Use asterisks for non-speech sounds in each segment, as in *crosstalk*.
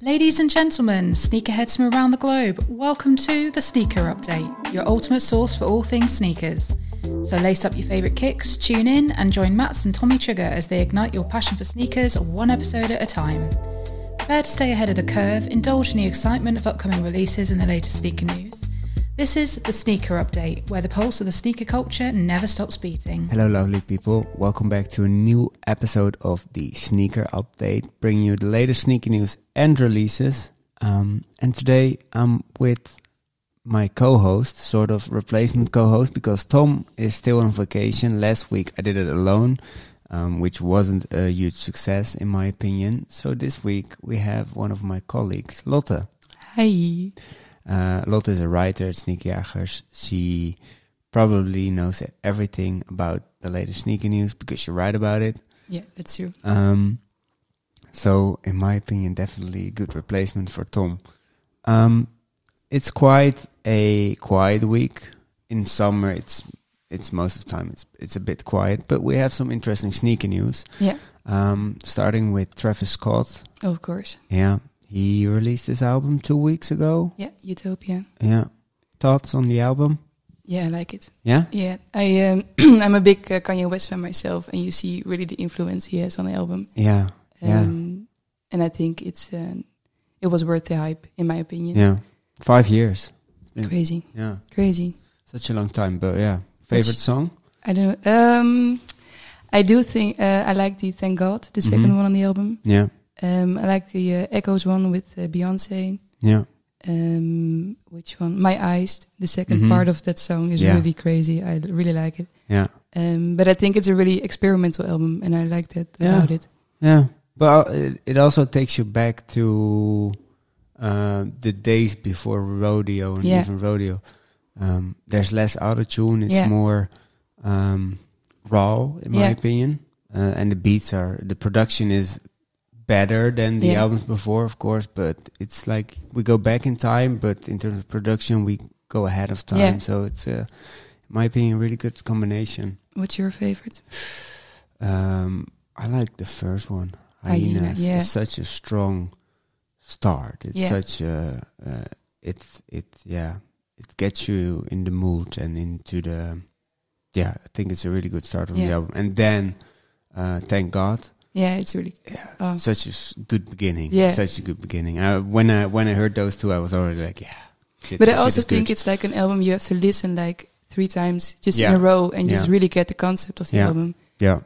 Ladies and gentlemen, sneakerheads from around the globe, welcome to the Sneaker Update, your ultimate source for all things sneakers. So lace up your favourite kicks, tune in, and join Mats and Tommy Trigger as they ignite your passion for sneakers one episode at a time. Prepare to stay ahead of the curve, indulge in the excitement of upcoming releases and the latest sneaker news. This is the Sneaker Update, where the pulse of the sneaker culture never stops beating. Hello, lovely people. Welcome back to a new episode of the Sneaker Update, bringing you the latest sneaker news and releases. Um, and today I'm with my co host, sort of replacement co host, because Tom is still on vacation. Last week I did it alone, um, which wasn't a huge success, in my opinion. So this week we have one of my colleagues, Lotte. Hey. Uh, Lotte is a writer at Sneakerjagers. She probably knows everything about the latest sneaker news because she write about it. Yeah, that's you. Um, so, in my opinion, definitely a good replacement for Tom. Um, it's quite a quiet week. In summer, it's it's most of the time it's it's a bit quiet, but we have some interesting sneaker news. Yeah. Um, starting with Travis Scott. Of course. Yeah, he released his album two weeks ago. Yeah, Utopia. Yeah. Thoughts on the album? Yeah, I like it. Yeah. Yeah, I um, *clears throat* I'm a big uh, Kanye West fan myself, and you see really the influence he has on the album. Yeah. Yeah. Um, and I think it's um, it was worth the hype, in my opinion. Yeah. Five years. Yeah. Crazy, Yeah. crazy. Such a long time, but yeah. Favorite It's- song? I don't. Um, I do think uh, I like the Thank God, the 2nd Mhm. one on the album. Yeah. Um, I like the uh, Echoes one with uh, Beyonce. Yeah. Um, which one? My Eyes. The 2nd Mhm. part of that song is Yeah. really crazy. I really like it. Yeah. Um, but I think it's a really experimental album, and I like that Yeah. about it. Yeah. But uh, it, it also takes you back to uh, the days before rodeo and Yeah. even rodeo. Um, there's less auto tune. It's Yeah. more um, raw, in my Yeah. opinion. Uh, and the beats are the production is better than the Yeah. albums before, of course. But it's like we go back in time, but in terms of production, we go ahead of time. Yeah. So it's, uh, in my opinion, a really good combination. What's your favorite? Um, I like the first one. Hyena, Hyenas. yeah. It's such a strong start. It's Yeah. such a uh, it it yeah. It gets you in the mood and into the yeah. I think it's a really good start of the Yeah. album. And then, uh, thank God, Yeah, it's really yeah, Oh. such a s- good beginning. Yeah. such a good beginning. I, when I when I heard those two, I was already like yeah. shit, But I this shit also is good. think it's like an album you have to listen like three times just in Yeah. a row and just Yeah. really get the concept of the Yeah. album. Yeah,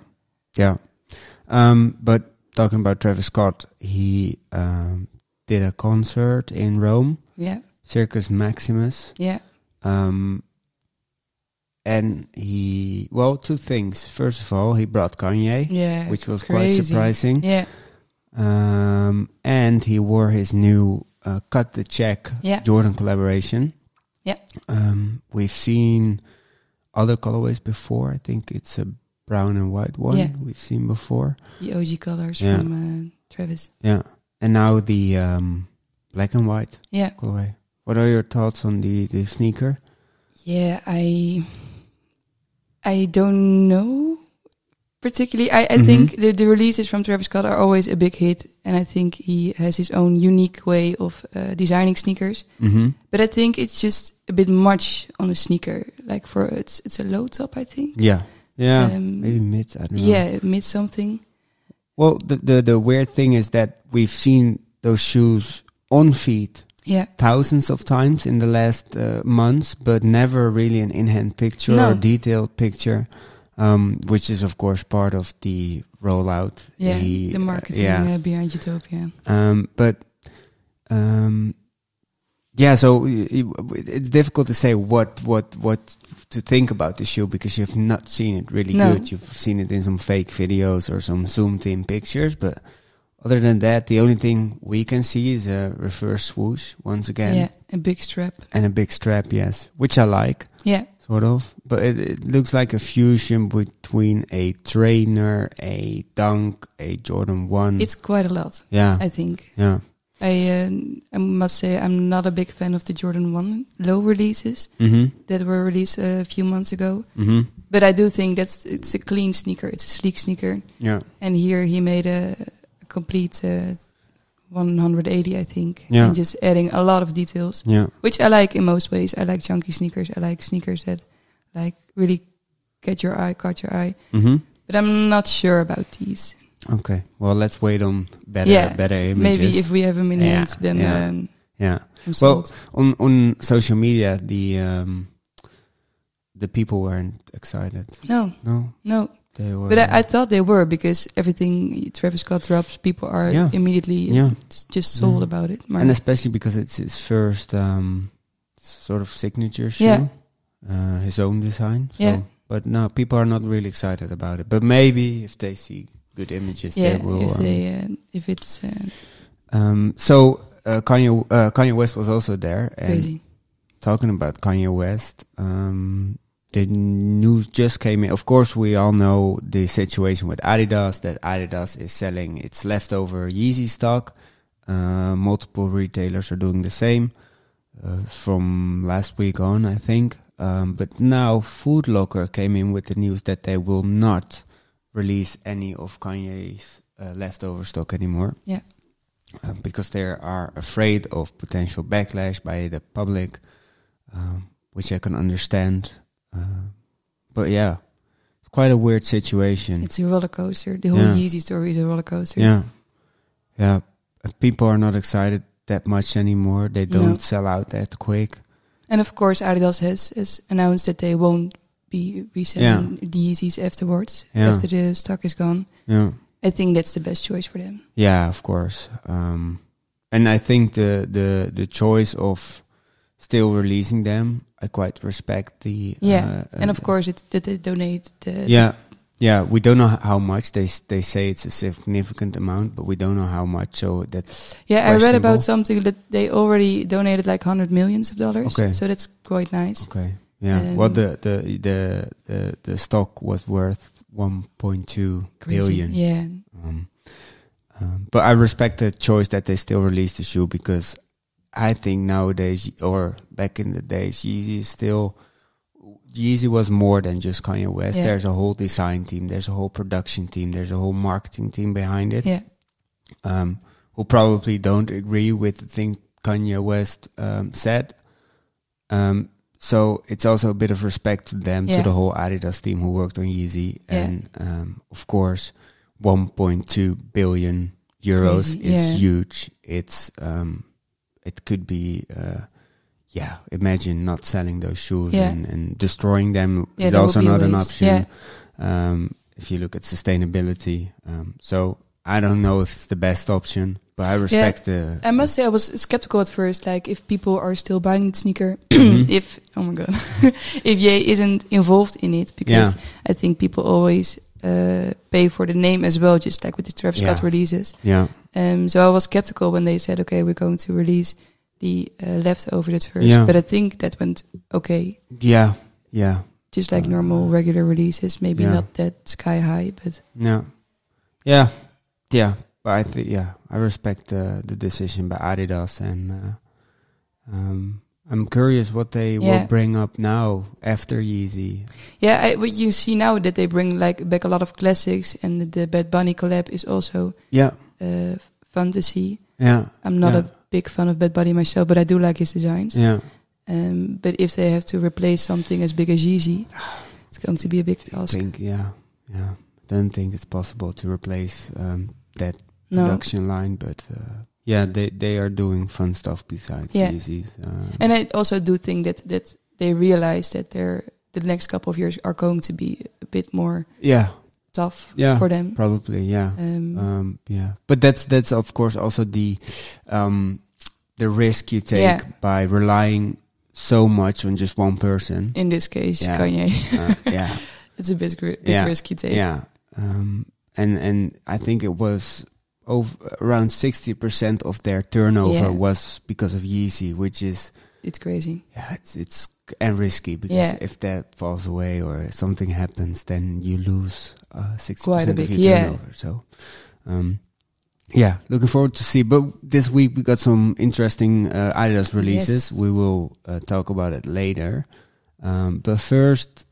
yeah. Um, but talking about Travis Scott, he um, did a concert in Rome, Yeah, Circus Maximus, yeah, um, and he well, two things. First of all, he brought Kanye, yeah. which was crazy. quite surprising, Yeah, um, and he wore his new uh, "Cut the Check" yeah, Jordan collaboration. Yeah. um, we've seen other colorways before. I think it's a brown and white one Yeah. we've seen before. the OG colors Yeah. from uh, Travis. Yeah. And now the um, black and white Yeah, colorway. What are your thoughts on the, the sneaker? yeah. I I don't know particularly. I, I Mhm. think the, the releases from Travis Scott are always a big hit, and I think he has his own unique way of uh, designing sneakers. Mm-hmm. But I think it's just a bit much on a sneaker. Like for it's it's a low top, I think. Yeah. Yeah. Um, Maybe mid. I don't know. yeah, mid something. Well, the, the, the weird thing is that we've seen those shoes on feet Yeah, thousands of times in the last uh, months, but never really an in hand picture or No. detailed picture, um, which is, of course, part of the rollout. yeah. uh, the marketing yeah. uh, behind Utopia. Um, but um, yeah, so y- y- it's difficult to say what what what to think about the shoe because you've not seen it really No. good. You've seen it in some fake videos or some zoomed in pictures, but other than that, the only thing we can see is a reverse swoosh once again Yeah, a big strap. and a big strap. Yes, which I like Yeah, sort of, but it, it looks like a fusion between a trainer, a dunk, a Jordan One. it's quite a lot. yeah, I think. yeah. I uh, I must say I'm not a big fan of the Jordan One low releases Mm-hmm. that were released uh, a few months ago. Mm-hmm. But I do think that's it's a clean sneaker. It's a sleek sneaker. Yeah. And here he made a, a complete. Uh, 180, I think, Yeah. and just adding a lot of details, Yeah. which I like in most ways. I like chunky sneakers. I like sneakers that like really get your eye, caught your eye. hmm But I'm not sure about these. Okay. Well, let's wait on better Yeah, better images. Maybe if we have them in Yeah, hand, then yeah. um, yeah. I'm Well, sold. on on social media, the um, the people weren't excited. no, No, no. they were. But I, I thought they were because everything Travis Scott drops, people are Yeah. immediately yeah, s- just sold Yeah. about it. and especially because it's his first um, sort of signature shoe, Yeah. uh, his own design. So. Yeah. But no, people are not really excited about it. But maybe if they see good images, yeah, they will. if, um, they, uh, if it's uh, Um, so uh, Kanye uh, Kanye West was also there, and crazy. talking about Kanye West, um, the news just came in. Of course, we all know the situation with Adidas that Adidas is selling its leftover Yeezy stock. Uh, multiple retailers are doing the same uh, from last week on, I think. Um, but now Food Locker came in with the news that they will not release any of Kanye's uh, leftover stock anymore. Yeah. Uh, because they are afraid of potential backlash by the public, um, which I can understand. Uh, but yeah, it's quite a weird situation. It's a roller coaster. The whole Yeah. Yeezy story is a roller coaster. yeah. Yeah. Uh, People are not excited that much anymore. They No. don't sell out that quick. And of course, Adidas has, has announced that they won't be reselling the Yeezys afterwards, Yeah. after the stock is gone. Yeah. I think that's the best choice for them. Yeah, of course. Um, and I think the, the the choice of still releasing them, I quite respect the Yeah, uh, and uh, of course, it's that they donate the yeah yeah we don't know h- how much they s- they say it's a significant amount but we don't know how much so that Yeah, I read questionable. about something that they already donated like hundred millions of dollars. Okay. So that's quite nice. okay yeah Um, well the the the the, the stock was worth 1.2 Crazy. billion Yeah. um, um, but i respect the choice that they still release the shoe because i think nowadays or back in the days yeezy is still Yeezy was more than just Kanye West. Yeah. There's a whole design team. There's a whole production team. There's a whole marketing team behind it. Yeah. um, who probably don't agree with the thing Kanye West um, said. Um, so it's also a bit of respect to them, Yeah. to the whole Adidas team who worked on Yeezy, Yeah. and um, of course, 1.2 billion euros Crazy, is yeah. huge. It's um, it could be. Uh, yeah, imagine not selling those shoes Yeah. and, and destroying them Yeah, is that would also be a not an waste. option. Yeah. Um, if you look at sustainability, um, so I don't know if it's the best option, but I respect the. I must say I was skeptical at first, like if people are still buying the sneaker, *clears throat* Mhm. if oh my god, *laughs* if Ye isn't involved in it, because I think people always uh, pay for the name as well, just like with the Travis Scott Yeah. releases. yeah, Um, so I was skeptical when they said, okay, we're going to release the uh, leftovers at first, Yeah. but I think that went okay. yeah, yeah, just like Uh, normal regular releases maybe yeah. not that sky high but yeah, yeah, yeah. But I think yeah, I respect the the decision by Adidas, and uh, um, I'm curious what they will Yeah. bring up now after Yeezy. yeah I, what you see now that they bring like back a lot of classics and the, the bad bunny collab is also Yeah, uh, fun to see yeah, i'm not Yeah. a big fan of bad bunny myself but i do like his designs yeah. um, but if they have to replace something as big as yeezy it's going to be a big I task think yeah, yeah. Don't think it's possible to replace um, that no production line, but uh, yeah, they they are doing fun stuff besides Yeah. Yeezys. Um, and i also do think that that they realize that they're the next couple of years are going to be a bit more yeah, tough Yeah. for them probably yeah, um, um, yeah. But that's that's of course also the um, the risk you take Yeah. by relying so much on just one person. in this case Yeah. kanye *laughs* Uh, yeah, It's a bit gr- big Yeah. risky take. yeah. Um, and and I think it was over around sixty percent of their turnover Yeah. was because of Yeezy, which is It's crazy. yeah, it's it's c- and risky because Yeah. if that falls away or something happens, then you lose sixty Quite a percent of big- your yeah. turnover. So, um, yeah, looking forward to see. But this week we got some interesting uh, Adidas releases. Yes. We will uh, talk about it later. Um, but first,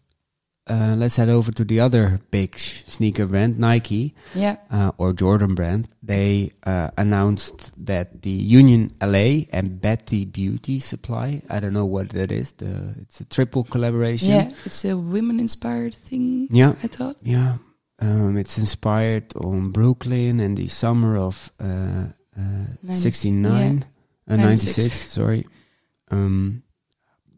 uh, let's head over to the other big sh- sneaker brand, Nike, yeah, uh, or Jordan brand. They uh, announced that the Union LA and Betty Beauty Supply, I don't know what that is, the, it's a triple collaboration. yeah. It's a women-inspired thing. Yeah. I thought. Yeah. Um, it's inspired on Brooklyn and the summer of uh, uh, 69, uh, 96, 96. sorry. Um,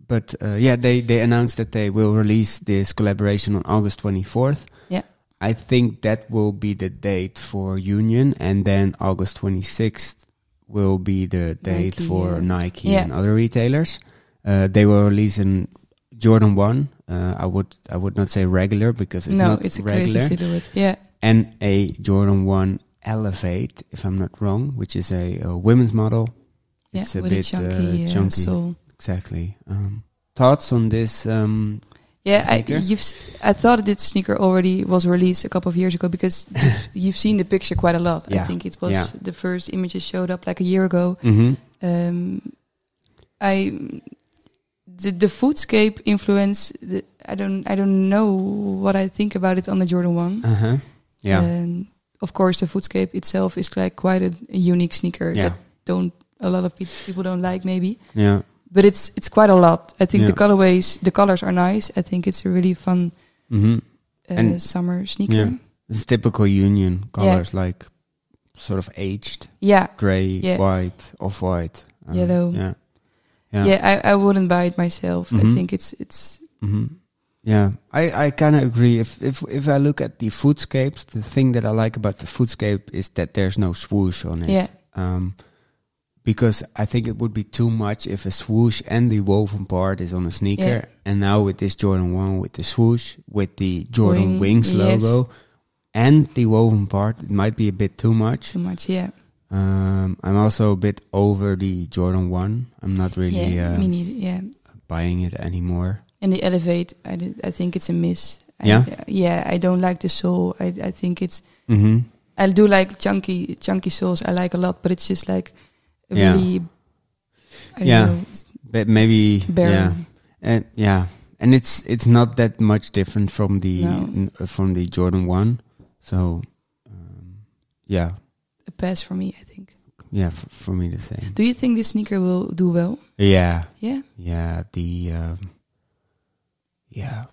but uh, yeah, they, they announced that they will release this collaboration on August 24th. Yeah. I think that will be the date for Union, and then August 26th will be the date Nike, for yeah. Nike Yeah. and other retailers. Uh, they will release an Jordan One. Uh, I would I would not say regular because it's no, not it's a regular. crazy silhouette. Yeah, and a Jordan One Elevate, if I'm not wrong, which is a, a women's model. yeah, It's a with a bit, chunky, uh, uh, chunky. sole. Exactly. Um, thoughts on this? Um, Yeah, I, Sneaker? you've. s- I thought this sneaker already was released a couple of years ago *laughs* because you've seen the picture quite a lot. Yeah, I think it was yeah. the first images showed up like a year ago. mhm. Um, I the the foodscape influence. The, I don't I don't know what I think about it on the Jordan One. Uh-huh. Yeah. And of course, the foodscape itself is like quite a, a unique sneaker yeah. that don't a lot of pe- people don't like maybe. Yeah. But it's it's quite a lot. I think Yeah. the colorways, the colors are nice. I think it's a really fun hmm uh, And- summer sneaker. yeah. Yeah. It's typical Union colors, like sort of aged Yeah, gray, Yeah. white, off white, Yellow. Yeah. Yeah. I, I wouldn't buy it myself. Mhm. I think it's it's hmm Yeah, I, I kind of agree. If if if I look at the foodscapes, the thing that I like about the foodscape is that there's no swoosh on it. yeah Um, because I think it would be too much if a swoosh and the woven part is on a sneaker. Yeah. And now with this Jordan One, with the swoosh, with the Jordan Wing, Wings yes. logo, and the woven part, it might be a bit too much. too much. Yeah, Um, I'm also a bit over the Jordan One. I'm not really yeah, uh, me neither. Yeah, buying it anymore. and the elevate. I did, I think it's a miss. I- Yeah? yeah. I don't like the sole. I I think it's hmm I do like chunky chunky soles. I like a lot, but it's just like a Yeah. really I don't Yeah. know But maybe barren. yeah, and yeah, and it's it's not that much different from the No. n- uh, from the Jordan One. So um, yeah, A pass for me, I think. yeah, f- for me the same. Do you think this sneaker will do well? Yeah, Yeah, yeah, the um, yeah.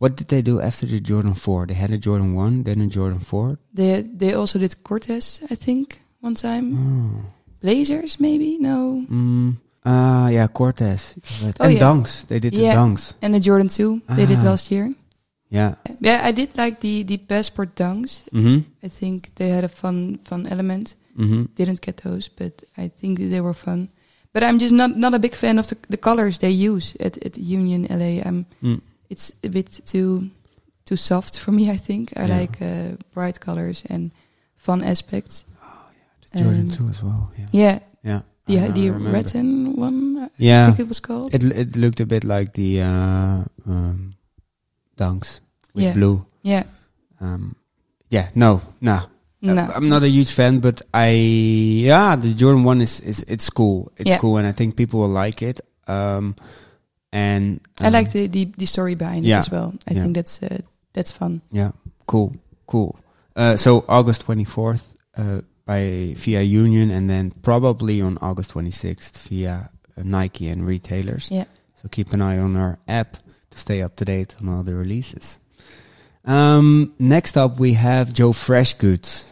What did they do after the Jordan Four? They had a Jordan One, then a Jordan Four. they they also did Cortez, I think, one time. Oh. Blazers, maybe no, Mm. Ah, yeah, Cortez Right. Oh, and yeah. Dunks. They did Yeah. the Dunks. and the Jordan Two they did Ah. last year. Yeah. Yeah, I did like the the passport dunks. Mhm. I think they had a fun fun element. Mhm. Didn't get those, but I think they were fun. But I'm just not not a big fan of the the colors they use at at Union LA. I'm Mm. it's a bit too too soft for me. I think I Yeah. like uh, bright colors and fun aspects. Jordan Um, Two as well. Yeah. Yeah, Yeah. the Ah, I- I the remember. retin one. I Yeah, think it was called. it it looked a bit like the uh, um, dunks with Yeah. blue. yeah, Um, yeah, no, nah. no, Uh, I'm not a huge fan, but I yeah, the Jordan one is is it's cool. It's Yeah. cool, and I think people will like it. Um, and I um, like the, the the story behind yeah, it as well. I yeah. think that's uh, that's fun. Yeah, cool, cool. Uh, so August 24th uh, by via Union, and then probably on August 26th via uh, Nike and retailers. Yeah. So keep an eye on our app to stay up to date on all the releases. Um, next up, we have Joe Fresh Goods.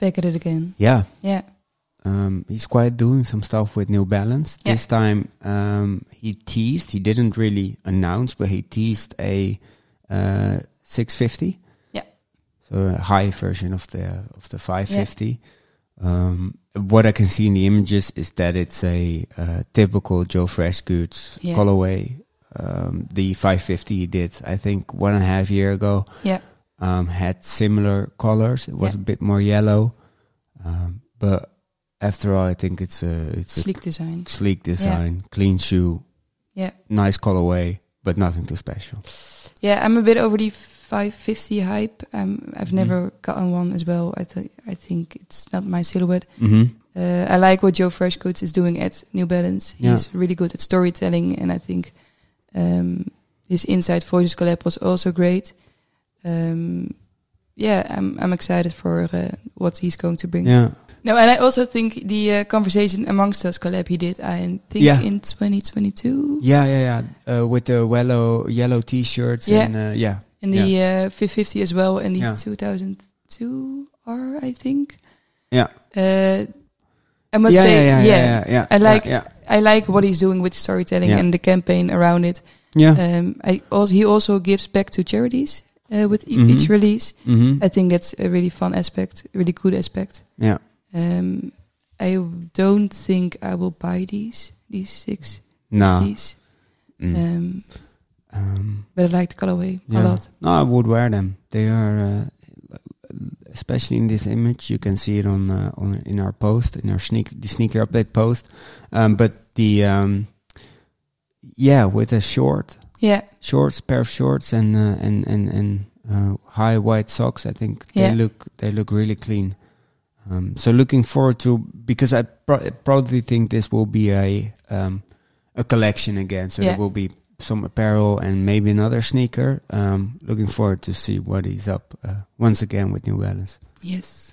Back at it again. Yeah. Yeah, Um, he's quite doing some stuff with New Balance. Yeah. This time um, he teased, he didn't really announce, but he teased a uh, 650. Yeah. So a high version of the of the 550. Um, what I can see in the images is that it's a uh, typical Joe Fresh Goods Yeah. colorway. Um, the 550 he did, I think, one and a half year ago yeah. um, had similar colors. It was Yeah. a bit more yellow, um, but after all, I think it's a it's Sleek design. a sleek design, clean shoe, Yeah. nice colorway, but nothing too special. Yeah, I'm a bit over the 550 hype. Um, I've Mhm. never gotten one as well. I think I think it's not my silhouette. Mm-hmm. Uh, I like what Joe Freshgoods is doing at New Balance. Yeah. He's really good at storytelling, and I think um, his Inside Voices collab was also great. Um, yeah, I'm I'm excited for uh, what he's going to bring. Yeah. No, and I also think the uh, conversation amongst us collab he did, I think Yeah. in 2022, Yeah, yeah, yeah. Uh, with the yellow yellow t-shirts Yeah. and uh, yeah. and the uh, 550 as well, and the Yeah. 2002 R, I think. Yeah. Uh, I must yeah, say, yeah, yeah, yeah, yeah, yeah, I like- yeah, I like what he's doing with storytelling Yeah. and the campaign around it. yeah. Um, I also, he also gives back to charities uh, with e- Mhm. each release. hmm I think that's a really fun aspect, a really good aspect. yeah. Um, I don't think I will buy these these six No. these, Mm. um, Um, but I like the colorway a yeah. lot. No, I would wear them. They are, uh, especially in this image, you can see it on uh, on in our post in our sneaker the sneaker update post. Um, but the um, yeah, with a short Yeah, shorts, pair of shorts, and uh, and and and uh, high white socks. I think Yeah. they look they look really clean. Um, so looking forward to because I pro- probably think this will be a um, a collection again. So Yeah. there will be some apparel and maybe another sneaker. Um, looking forward to see what is up uh, once again with New Balance. yes,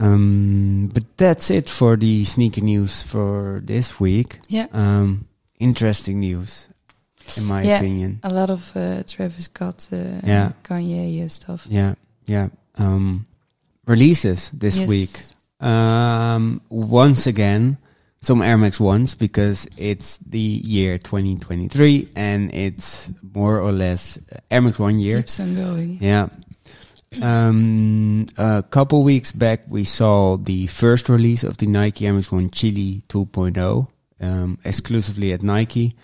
Um, but that's it for the sneaker news for this week. Yeah. Um, interesting news, in my Yeah. opinion. a lot of uh, Travis Scott, uh, Yeah. Kanye uh, stuff Yeah, yeah. Um, releases this Yes. week. Um, once again, some Air Max ones because it's the year 2023 and it's more or less uh, Air Max one year. keeps on going. Yeah. Um, a couple weeks back, we saw the first release of the Nike Air Max One Chile 2.0, um, exclusively at Nike.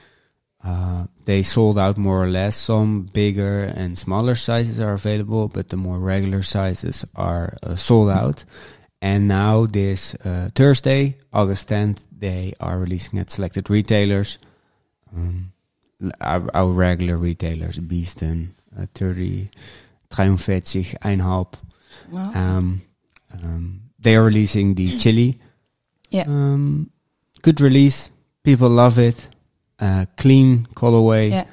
Uh, they sold out more or less. Some bigger and smaller sizes are available, but the more regular sizes are uh, sold out. And now, this uh, Thursday, August 10th, they are releasing at selected retailers. Um, l- our, our regular retailers, Beeston, uh, 30, 43, Einhalb. Wow. Um, um, they are releasing the Chili. Mm. Yeah. Um, good release. People love it. Uh, clean colorway. Yeah.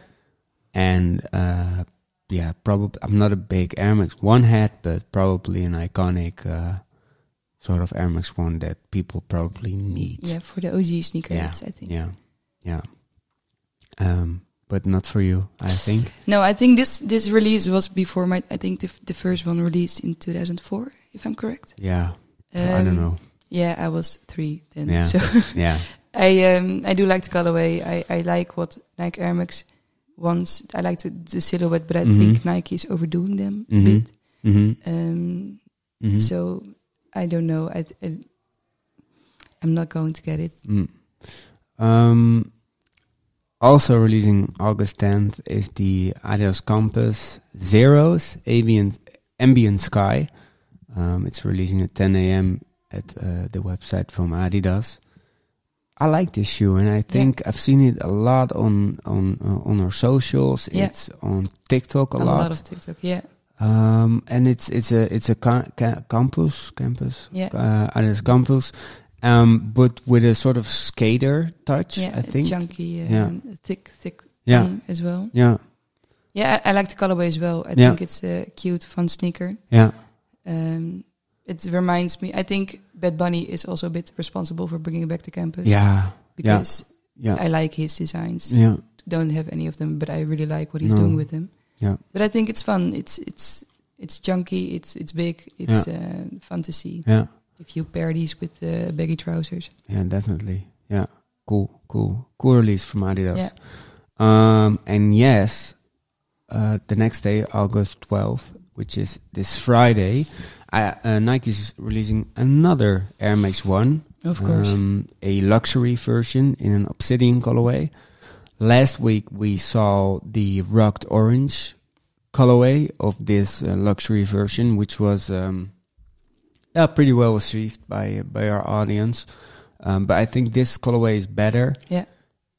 And uh, yeah, probably I'm not a big Air Max One head, but probably an iconic uh, sort of Air Max One that people probably need. yeah, for the OG sneakerheads, I think. Yeah, yeah. Um, but not for you, I think. No, I think this this release was before my. I think the, f- the first one released in 2004, if I'm correct. Yeah, I don't Um, know. Yeah, I was three then. Yeah. So Yeah, I um I do like the colorway. I I like what Nike Air Max wants. I like the, the silhouette, but I Mhm. think Nike is overdoing them Mhm. a bit. hmm Um, hmm so I don't know. I, I I'm not going to get it. Mm. Um, also releasing August 10th is the Adios Campus Zeros Ambient, Ambient Sky. Um, it's releasing at 10 a.m. at uh, the website from Adidas. I like this shoe, and I think I've seen it a lot on on uh, on our socials. Yeah. It's on TikTok a, A, lot, lot of TikTok. Yeah, um, and it's it's a it's a ca- ca- campus campus yeah. uh, Adidas Campus, um, but with a sort of skater touch, Yeah, I think. chunky, uh, Yeah. and thick, thick Yeah. tongue as well. Yeah, Yeah, I, I like the colorway as well. I Yeah. think it's a cute, fun sneaker. yeah, Um, it reminds me. I think Bad Bunny is also a bit responsible for bringing back the campus. yeah, because yeah, I like his designs. yeah, Don't have any of them, but I really like what he's No. doing with them. Yeah. but I think it's fun. It's it's it's chunky. It's it's big. It's uh, fun to see yeah, if you pair these with uh, baggy trousers. yeah, definitely. Yeah, cool, cool, cool release from Adidas. Yeah. Um, and yes, uh, the next day, August 12th, which is this Friday, I, uh, Nike's releasing another Air Max One. Of course. Um, a luxury version in an obsidian colorway. Last week we saw the rocked orange colorway of this uh, luxury version, which was um, yeah, pretty well received by by our audience. Um, but I think this colorway is better. Yeah.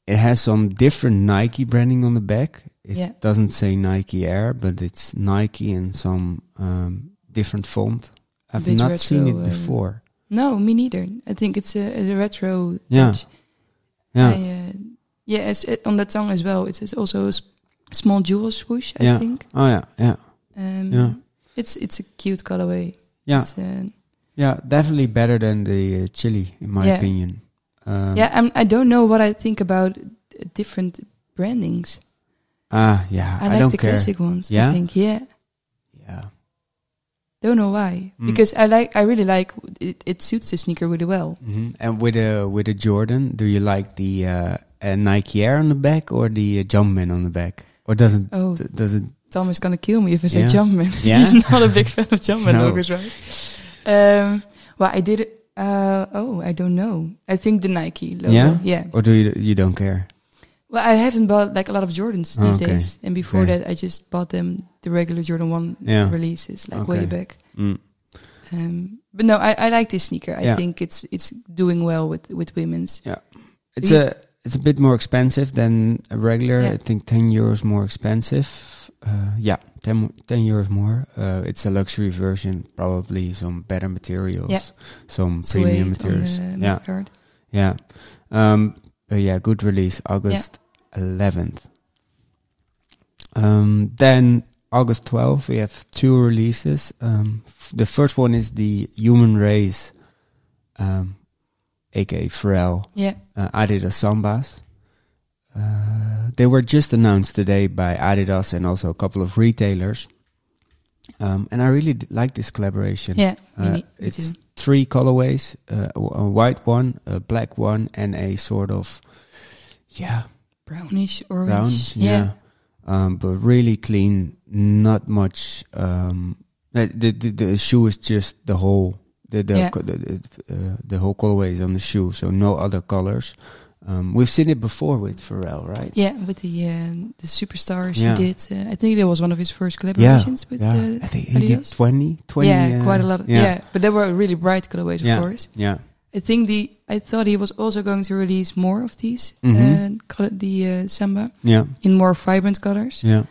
it has some different Nike branding on the back. It Yeah. doesn't say Nike Air, but it's Nike in some um, different font. I've Bit not seen retro, it uh, before. No, me neither. I think it's a, a retro Yeah. touch. Yeah, I, uh, yeah, it's, uh, on that song as well. It's, it's also a sp- small jewel swoosh, I Yeah. think. Oh yeah, yeah, Um, Yeah. It's it's a cute colorway. yeah, It's, uh, yeah. Definitely better than the uh, chili, in my Yeah. opinion. Um, yeah, I'm, I don't know what I think about d- different brandings. Ah, yeah. I I, like don't the care. classic ones. Yeah? I think yeah. Yeah. Don't know why Mm. because I like I really like it, it suits the sneaker really well. hmm And with a with a Jordan, do you like the uh, uh, Nike Air on the back or the uh, Jumpman on the back, or doesn't Oh, th- *laughs* doesn't? Tom is gonna kill me if I say Yeah. Jumpman. Yeah? He's not a big fan of Jumpman No. logos, right? Um, well, I did. Uh, oh, I don't know. I think the Nike logo. Yeah? yeah. Or do you you don't care? Well, I haven't bought like a lot of Jordans Oh, these okay. days, and before Okay. that, I just bought them the regular Jordan One Yeah. releases, like Okay. way back. Mm. Um, but no, I, I like this sneaker. I Yeah. think it's it's doing well with with women's. It's you- a it's a bit more expensive than a regular. Yeah. I think ten euros more expensive. Uh, yeah, 10, mo- 10 euros more. Uh, it's a luxury version, probably some better materials, Yeah. some Suede premium on materials. the yeah, mudguard. yeah. Um, but yeah, good release, August 11th. Um, then August 12th, we have two releases. Um, f- the first one is the Human Race, um, aka Pharrell, yeah, uh, Adidas Sambas. Uh, they were just announced today by Adidas and also a couple of retailers. Um, and I really d- like this collaboration. yeah. me Uh, ne- me it's too. three colorways: uh, a a white one, a black one, and a sort of yeah brownish orange. brown. yeah. Um, but really clean. Not much. Um, the, the the the shoe is just the whole the the Yeah. co- the, the, uh, the whole colorway is on the shoe, so no other colors. Um, we've seen it before with Pharrell, right? yeah, with the uh, the superstars Yeah. he did. Uh, I think that was one of his first collaborations with. Uh, I think he did Adidas? 20, 20 yeah, uh, quite a lot. Of, yeah. yeah, but they were really bright colorways, of Yeah. course. yeah. I think the I thought he was also going to release more of these Mhm. uh, col- the uh, samba yeah. in more vibrant colors. yeah.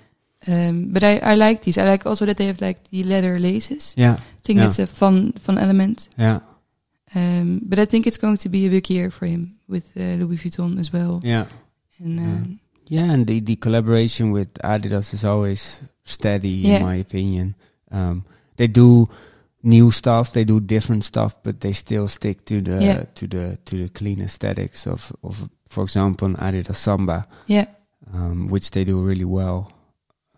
Um, but I, I like these. I like also that they have like the leather laces. yeah. I think Yeah. that's a fun fun element. Yeah, Um, but I think it's going to be a big year for him with uh, Louis Vuitton as well. yeah, And Yeah. um, yeah. And the, the collaboration with Adidas is always steady, Yeah. in my opinion. Um, they do new stuff, they do different stuff, but they still stick to the Yeah. to the to the clean aesthetics of of, for example, an Adidas Samba, yeah, um, which they do really well.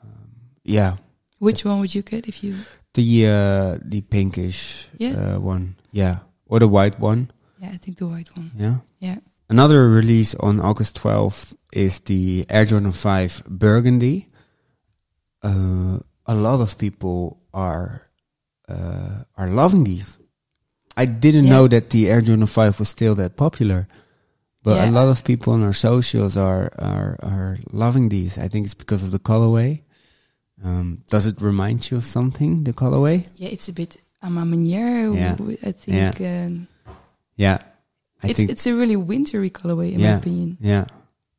Um, yeah, which one would you get if you? the uh, the pinkish Yeah. uh, one, yeah, or the white one, Yeah, I think the white one. yeah. Yeah, Another release on August 12th is the Air Jordan 5 Burgundy. Uh, a lot of people are uh, are loving these. I didn't Yeah. know that the Air Jordan 5 was still that popular. But a Yeah. lot of people on our socials are, are are loving these. I think it's because of the colorway. Um, does it remind you of something, the colorway? yeah, it's a bit à ma manière. Yeah. w- I think um, Yeah. I it's think it's a really wintry colorway in Yeah. my opinion. Yeah,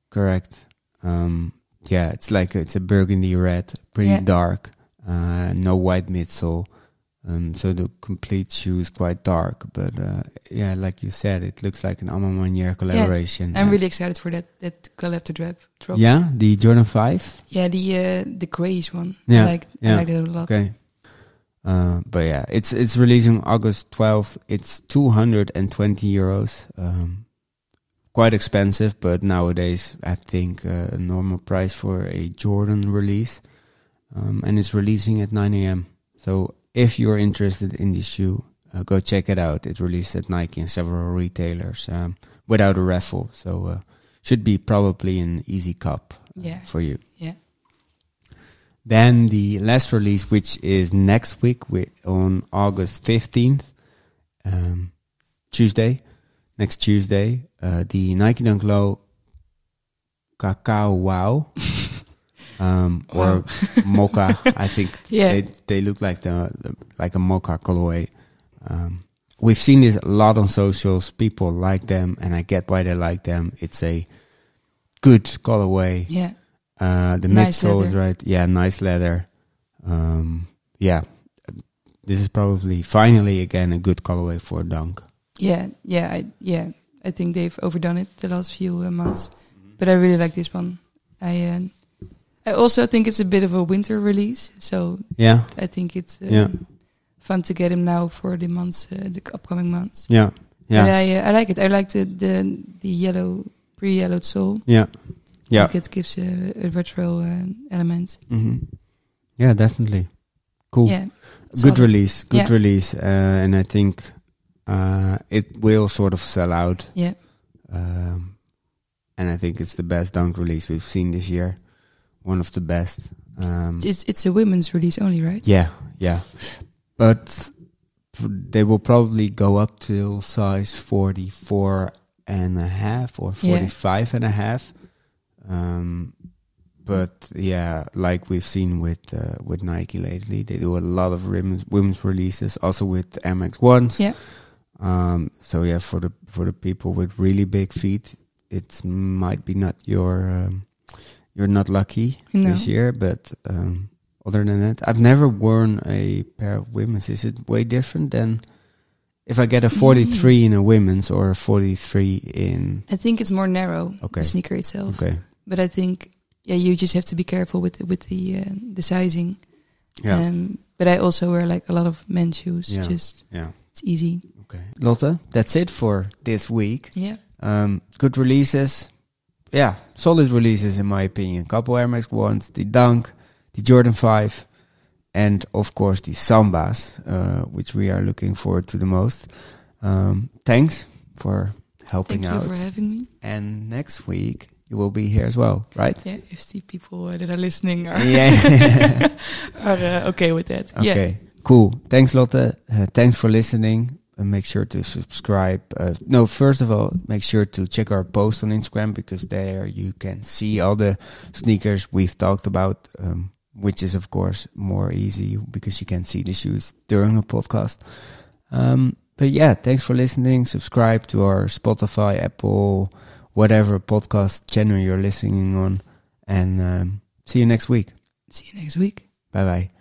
correct. Um, yeah, it's like it's a burgundy red, pretty Yeah. dark. Uh, no white midsole, um, so the complete shoe is quite dark. But uh, yeah, like you said, it looks like an Amma Manier collaboration. I'm Uh, really excited for that that collab to drop. drop. yeah, the Jordan Five. yeah, the uh, the grayish one. Yeah, I like yeah. I like that a lot. Okay. Uh, but yeah, it's it's releasing August twelfth. It's two hundred and twenty euros. Um, quite expensive, but nowadays I think uh, a normal price for a Jordan release, um, and it's releasing at nine a.m. So if you're interested in this shoe, uh, go check it out. It released at Nike and several retailers um, without a raffle, so uh, should be probably an easy cup uh, Yeah. for you. Yeah. Then the last release, which is next week wi- on August 15th, um, Tuesday, next Tuesday, uh, the Nike Dunk Low Cacao *laughs* Wow, um, or Mocha. I think *laughs* Yeah. they, they look like the, the- like a Mocha colorway. Um, we've seen this a lot on socials. People like them, and I get why they like them. It's a good colorway. Yeah, Uh, the Nice midsole is leather. right. Yeah, nice leather. Um, yeah, this is probably finally again a good colorway for dunk. yeah, yeah, I, yeah. I Mm-hmm. think they've overdone it the last few uh, months, but I really like this one. I uh, I also think it's a bit of a winter release, so Yeah. I think it's um, Yeah. fun to get him now for the months, uh, the upcoming months. Yeah. And Yeah. I, uh, I like it. I like the the, the yellow pre-yellowed soul. Yeah. I Yeah. think it gives a, a retro uh, element. hmm Yeah, definitely. Cool. Yeah, good solid. release. Good Yeah. release. Uh, and I think uh, it will sort of sell out. Yeah. Um, and I think it's the best dunk release we've seen this year. One of the best. Um, It's it's a women's release only, right? yeah. Yeah. But they will probably go up till size 44 and a half or Yeah. 45 and a half. Um, but yeah, like we've seen with uh, with Nike lately, they do a lot of women's, women's releases, also with MX ones. Yeah. Um, so yeah, for the for the people with really big feet, it might be not your um, you're not lucky No. this year. But um, other than that, I've never worn a pair of women's. Is it way different than if I get a 43 in a women's or a 43 in? I think it's more narrow. Okay. The sneaker itself. Okay. But I think yeah, you just have to be careful with with the uh, the sizing. Um, but I also wear like a lot of men's shoes. Yeah. Just yeah. it's easy. Okay. Lotte, that's it for this week. Yeah. Um, good releases. Yeah, solid releases in my opinion. Couple Air Max ones, the Dunk, the Jordan 5, and of course the Sambas, uh, which we are looking forward to the most. Um, thanks for helping Thank you out. for having me. and next week you will be here as well, right? *laughs* Yeah. If the people uh, that are listening are Yeah. *laughs* are uh, okay with that. Yeah. Okay, cool. Thanks, Lotte. Uh, thanks for listening. And make sure to subscribe. Uh, no, first of all, make sure to check our post on Instagram because there you can see all the sneakers we've talked about, um, which is, of course, more easy because you can see the shoes during a podcast. Um, but yeah, thanks for listening. Subscribe to our Spotify, Apple, whatever podcast channel you're listening on. And um, see you next week. See you next week. Bye bye.